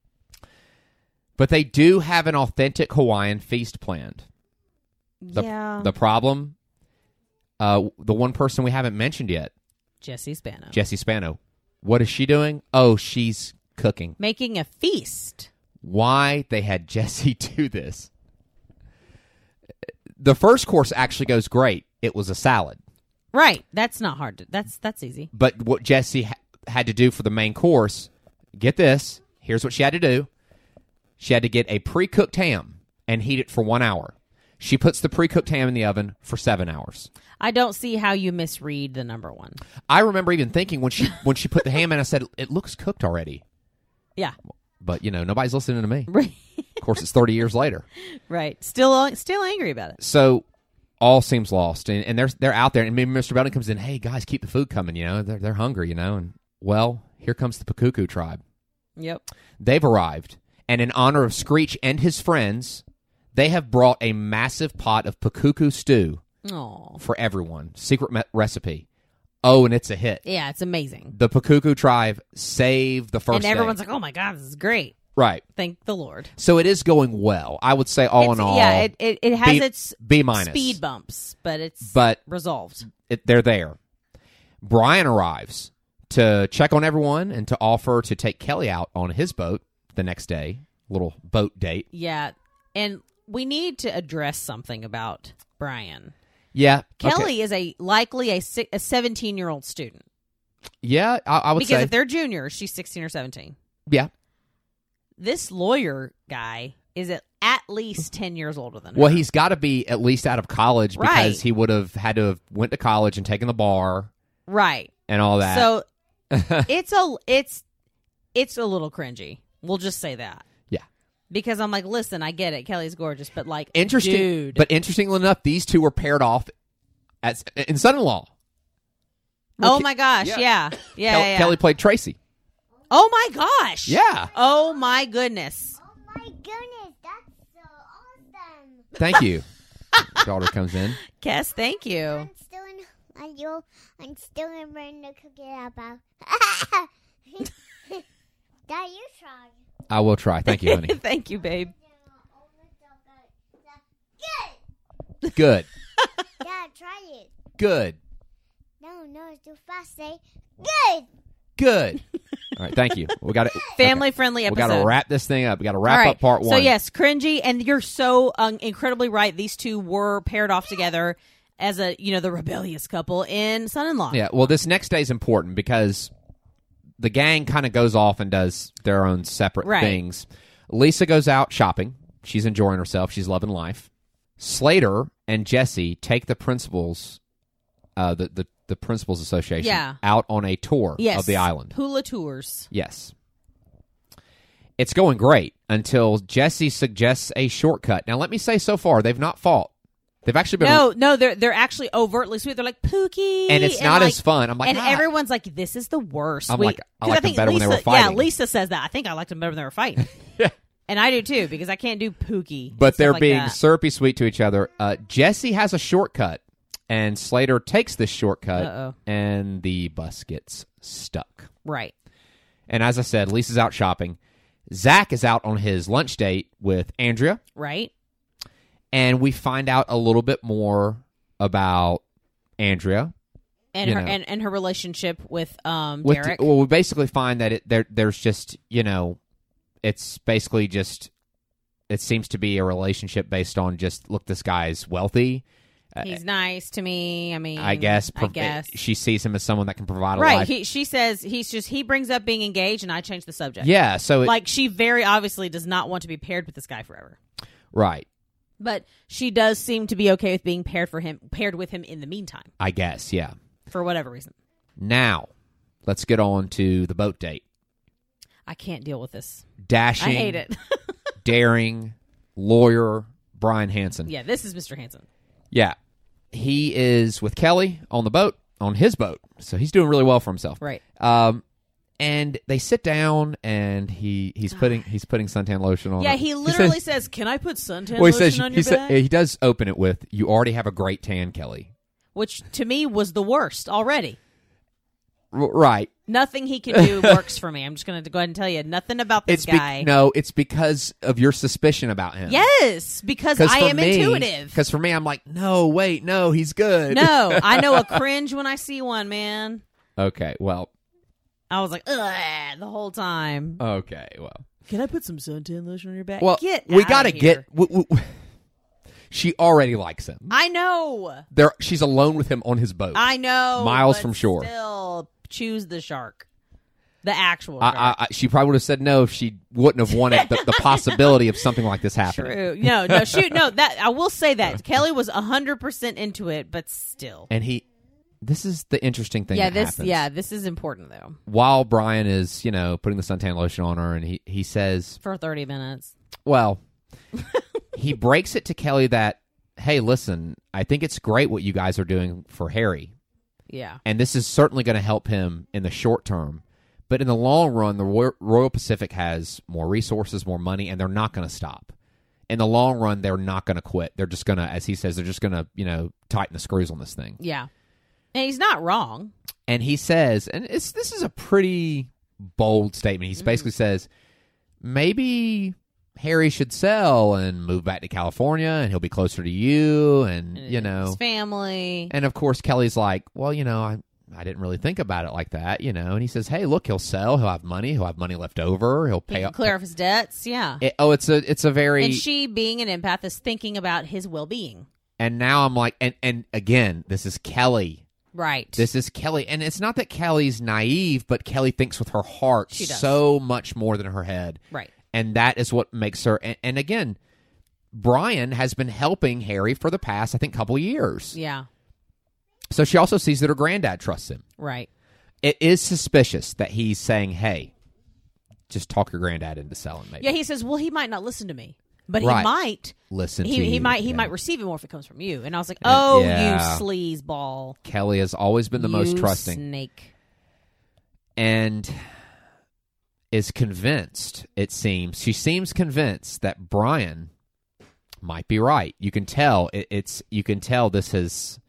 But they do have an authentic Hawaiian feast planned. The,
yeah.
the problem, uh, the one person we haven't mentioned yet,
Jesse Spano.
Jesse Spano. What is she doing? Oh, she's cooking.
Making a feast.
why they had (laughs) Jesse do this. The first course actually goes great. It was a salad.
Right. That's not hard. To, that's that's easy.
But what Jesse ha- had to do for the main course, get this, here's what she had to do. She had to get a pre cooked ham and heat it for one hour. She puts the pre cooked ham in the oven for seven hours.
I don't see how you misread the number one.
I remember even thinking when she when she put the ham in, I said, It looks cooked already.
Yeah. (laughs)
But you know, nobody's listening to me.
Right.
Of course it's thirty years later.
right. Still uh, still angry about it.
so all seems lost and, and they're they're out there and maybe Mr. Belding comes in, hey guys, keep the food coming, you know, they're they're hungry, you know, and well, here comes the Pakuku tribe.
Yep.
They've arrived, and in honor of Screech and his friends, they have brought a massive pot of Pakuku stew
Oh.
for everyone. Secret me- recipe. Oh, and it's a hit.
Yeah, it's amazing.
The Pakuku tribe saved the first
and everyone's
day.
like, "Oh my god, this is great."
right.
Thank the Lord.
So it is going well. I would say all in
It's-
all,
yeah, it, it, it has
B-
its
B minus.
speed bumps, but it's
But
resolved.
it, they're there. Brian arrives to check on everyone and to offer to take Kelly out on his boat the next day, little boat date.
Yeah. And we need to address something about Brian.
Yeah, okay.
Kelly is a likely a si- a 17-year-old student
Yeah, I, I would
because
say.
if they're juniors, she's 16 or 17.
yeah.
This lawyer guy is at, at least 10 years older than her.
Well, he's got to be at least out of college because
Right.
he would have had to have went to college and taken the bar
right.
and all that. (laughs)
So it's a it's it's a little cringy. We'll just say that.
Yeah.
Because I'm like, listen, I get it. Kelly's gorgeous, but like,
interesting,
dude.
but interestingly enough, these two were paired off as in son-in-law.
oh my gosh,
Yeah. (coughs)
yeah, yeah, yeah,
Kel-
yeah.
Kelly played Tracy.
Oh my gosh,
Yeah.
Oh my goodness.
Oh my goodness, that's so awesome!
Thank
(laughs)
you. Daughter comes in.
Kes, thank you.
I'm still in. I you I'm still in learning to cook it up. (laughs) Dad, you try.
I will try. Thank you, honey.
(laughs) thank you, babe.
Good.
Good. Dad, try it.
Good.
No, no, it's too fast. Say good.
(laughs)
Good. All right, thank you. We got to
Family friendly
We
episode.
got to wrap this thing up. We got to wrap
All
up part one.
So yes, cringy, and you're so um, incredibly right. These two were paired off together as a you know the rebellious couple in Son-in-Law.
Yeah. Well, this next day is important because the gang kind of goes off and does their own separate
Right.
things. Lisa goes out shopping. She's enjoying herself. She's loving life. Slater and Jesse take the principals, uh, the the the principals association,
Yeah.
out on a tour
yes,
of the island.
hula tours.
Yes. It's going great until Jesse suggests a shortcut. Now, let me say so far, they've not fought. They've actually been.
No, no, they're they're actually overtly sweet. They're like Pookie,
and it's not
like-
as fun. I'm like,
and
"Ah."
everyone's like, "This is the worst."
I'm
We-
like, I
'cause
liked them
think
better when
Lisa,
they were
Yeah,
fighting.
Lisa says that. I think I liked them better when they
(laughs)
were fighting. and I do too because I can't do Pookie.
but
and stuff
they're
like
being
that.
syrupy sweet to each other. Uh, Jesse has a shortcut, and Slater takes this shortcut,
Uh-oh.
and the bus gets stuck.
right.
And as I said, Lisa's out shopping. Zach is out on his lunch date with Andrea,
Right.
and we find out a little bit more about Andrea
And
You
her
know.
and, and her relationship with um
with
Derek.
well we basically find that it there there's just you know it's basically just it seems to be a relationship based on just look this guy's wealthy Uh,
He's nice to me. I mean,
I guess,
I
prov- eh,
guess.
she sees him as someone that can provide a
right.
life.
He, she says he's just he brings up being engaged, and I change the subject.
yeah, so it,
like she very obviously does not want to be paired with this guy forever,
right,
but she does seem to be okay with being paired for him, paired with him in the meantime
I guess, yeah.
for whatever reason.
Now, let's get on to the boat date.
I can't deal with this.
Dashing,
I hate it. (laughs)
daring lawyer Brian Hansen.
yeah, this is Mr. Hanson.
Yeah. He is with Kelly on the boat, on his boat. So he's doing really well for himself.
Right.
Um and they sit down and he he's putting he's putting suntan lotion on.
Yeah,
her.
he literally
says,
says, "Can I put suntan
well, he
lotion
says
on your
he, sa-
back?"
he does open it with you already have a great tan, Kelly.
Which to me was the worst already.
R- right.
Nothing he can
(laughs)
do works for me. I'm just going to go ahead and tell you nothing about this
It's be-
guy.
no, it's because of your suspicion about him.
Yes, because I am
(laughs)
intuitive.
Because for me, I'm like, no, wait, no, he's good.
No, I know a cringe when I see one, man.
Okay, well,
I was like, ugh, the whole time.
okay, well.
Can I put some suntan lotion on your back?
Well,
get
we
out
gotta
of
get.
here.
W- w- (laughs) she already likes him.
I know.
There, she's alone with him on his boat.
I know.
Miles
but
from shore.
Still, choose the shark, the actual.
I,
Shark.
I, I, she probably would have said no if she wouldn't have wanted the,
(laughs)
the possibility of something like this happening.
True. No, no, shoot, no. That I will
(laughs)
say that Kelly was hundred percent into it, but still.
And he, this is the interesting thing.
yeah,
that
this.
happens.
Yeah, this is important though.
While Brian is, you know, putting the suntan lotion on her, and he he says,
For thirty minutes. (laughs)
well, he breaks it to Kelly that, hey, listen, I think it's great what you guys are doing for Harry.
Yeah.
and this is certainly going to help him in the short term. But in the long run, the Roy- Royal Pacific has more resources, more money, and they're not going to stop. In the long run, they're not going to quit. They're just going to, as he says, they're just going to, you know, tighten the screws on this thing.
Yeah. And he's not wrong.
And he says, and it's this is a pretty bold statement. He basically says, maybe Harry should sell and move back to California, and he'll be closer to you, and you know,
his family.
and of course, Kelly's like, well, you know, I I didn't really think about it like that, you know. And he says, hey, look, he'll sell. He'll have money. He'll have money left over. He'll
He
pay
can
off.
clear off his debts. Yeah.
It- oh, it's a it's a very
and she, being an empath, is thinking about his well being.
and now I'm like and and again this is Kelly
Right.
this is Kelly and it's not that Kelly's naive but Kelly thinks with her heart
She does.
so much more than her head
right.
and that is what makes her and, and again Brian has been helping Harry for the past I think couple years
Yeah.
so she also sees that her granddad trusts him
Right.
it is suspicious that he's saying, "Hey, just talk your granddad into selling." Maybe
Yeah. He says, "Well, he might not listen to me, but
Right.
he might.
listen. to
He, he
you."
might he
Yeah. Uh,
might receive it more if it comes from you." And I was like, "Oh,
yeah.
you sleaze ball,
Kelly has always been the most
you
trusting
snake."
and is convinced. It seems she seems convinced that Brian might be right. You can tell it, it's you can tell this has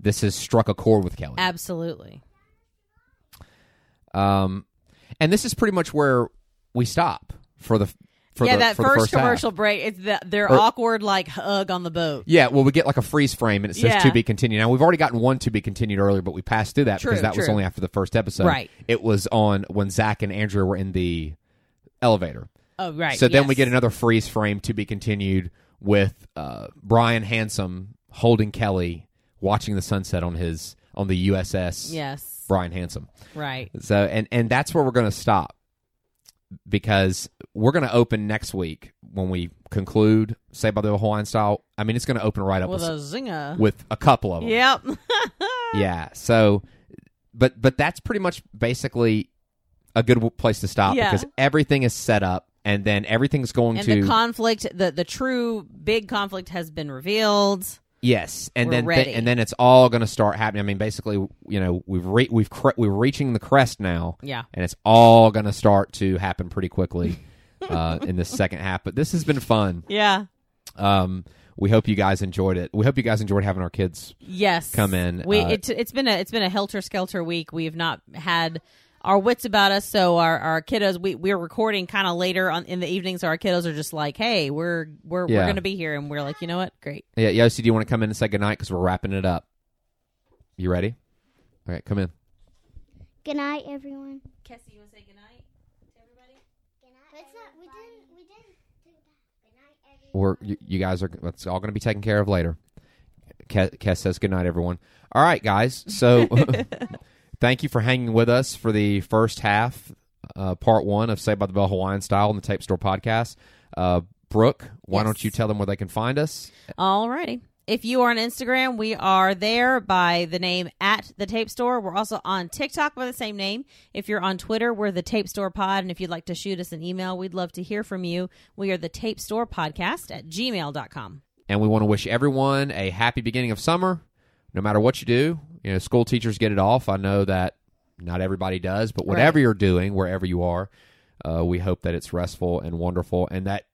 this has struck a chord with Kelly.
Absolutely.
um, and this is pretty much where we stop for the for
yeah,
the,
that
for the
first,
first half.
commercial break, it's the, their
Or-
awkward like hug on the boat.
Yeah, well, we get like a freeze frame and it says
Yeah.
to be continued. Now, we've already gotten one to be continued earlier, but we passed through that
True,
because that was
true.
only after the first episode.
Right.
It was on when Zach and Andrea were in the elevator.
Oh, right.
so then we
yes.
get another freeze frame to be continued with uh, Brian Handsome holding Kelly, watching the sunset on his on the USS
Yes.
Brian Handsome.
Right.
So and and that's where we're going to stop because we're going to open next week when we conclude say by the Hawaiian style. I mean, it's going to open right up
With
with
a zinger.
with a couple of them.
Yep. (laughs)
Yeah. So, but but that's pretty much basically a good w- place to stop
Yeah.
because everything is set up, and then everything's going
and
to
the conflict, the the true big conflict has been revealed.
yes, and
we're
then
ready.
and then it's all going to start happening. I mean, basically, you know, we've re- we've cre- we're reaching the crest now,
Yeah.
and it's all going to start to happen pretty
(laughs)
quickly. Uh, in the second half, but this has been fun.
Yeah.
Um, we hope you guys enjoyed it. We hope you guys enjoyed having our kids.
Yes.
Come in,
We
uh,
it, it's been a it's been a helter skelter week. We have not had our wits about us, so our, our kiddos we we're recording kind of later on in the evening, so our kiddos are just like, hey, we're we're
Yeah.
we're gonna be here, and we're like, you know what, great.
Yeah, Yossi, do you want to come in and say goodnight because we're wrapping it up? You ready? All right, come in.
Good night, everyone.
Kessie, you want to say goodnight to everybody?
Good night. we didn't. We didn't do that. Good night, everyone.
we're you, you guys are that's all going to be taken care of later. Ke- Kes says good night, everyone. All right, guys. So (laughs) thank you for hanging with us for the first half, uh, part one of Saved by the Bell Hawaiian Style on the Tape Store podcast. Uh, Brooke, why
Yes.
don't you tell them where they can find us?
Alrighty. If you are on Instagram, we are there by the name at the Tape Store. We're also on TikTok by the same name. If you're on Twitter, we're the Tape Store Pod. And if you'd like to shoot us an email, we'd love to hear from you. We are the Tape Store Podcast at gmail.com.
And we want to wish everyone a happy beginning of summer. No matter what you do, you know, school teachers get it off. I know that not everybody does, but whatever
Right.
you're doing, wherever you are, uh, we hope that it's restful and wonderful and that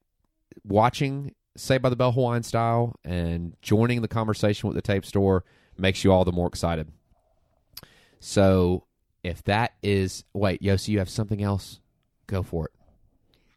watching Say by the Bell Hawaiian style and joining the conversation with the tape store makes you all the more excited. So if that is wait, Yossi, you have something else? Go for it.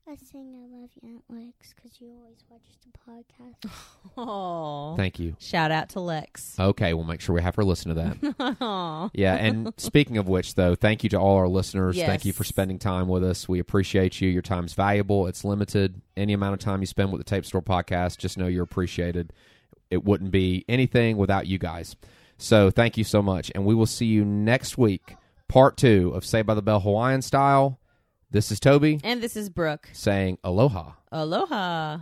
I sing I love you, Aunt Lex, because you always watch the podcast.
Oh.
Thank you.
Shout out to Lex. (laughs)
Okay, we'll make sure we have her listen to that.
Aw.
Yeah, and speaking of which, though, thank you to all our listeners. Thank
Yes.
you for spending time with us. We appreciate you. Your time's valuable. It's limited. Any amount of time you spend with the Tape Store podcast, just know you're appreciated. It wouldn't be anything without you guys. So thank you so much, and we will see you next week, part two of Say by the Bell Hawaiian Style. This is Toby
And this is Brooke.
saying aloha.
Aloha.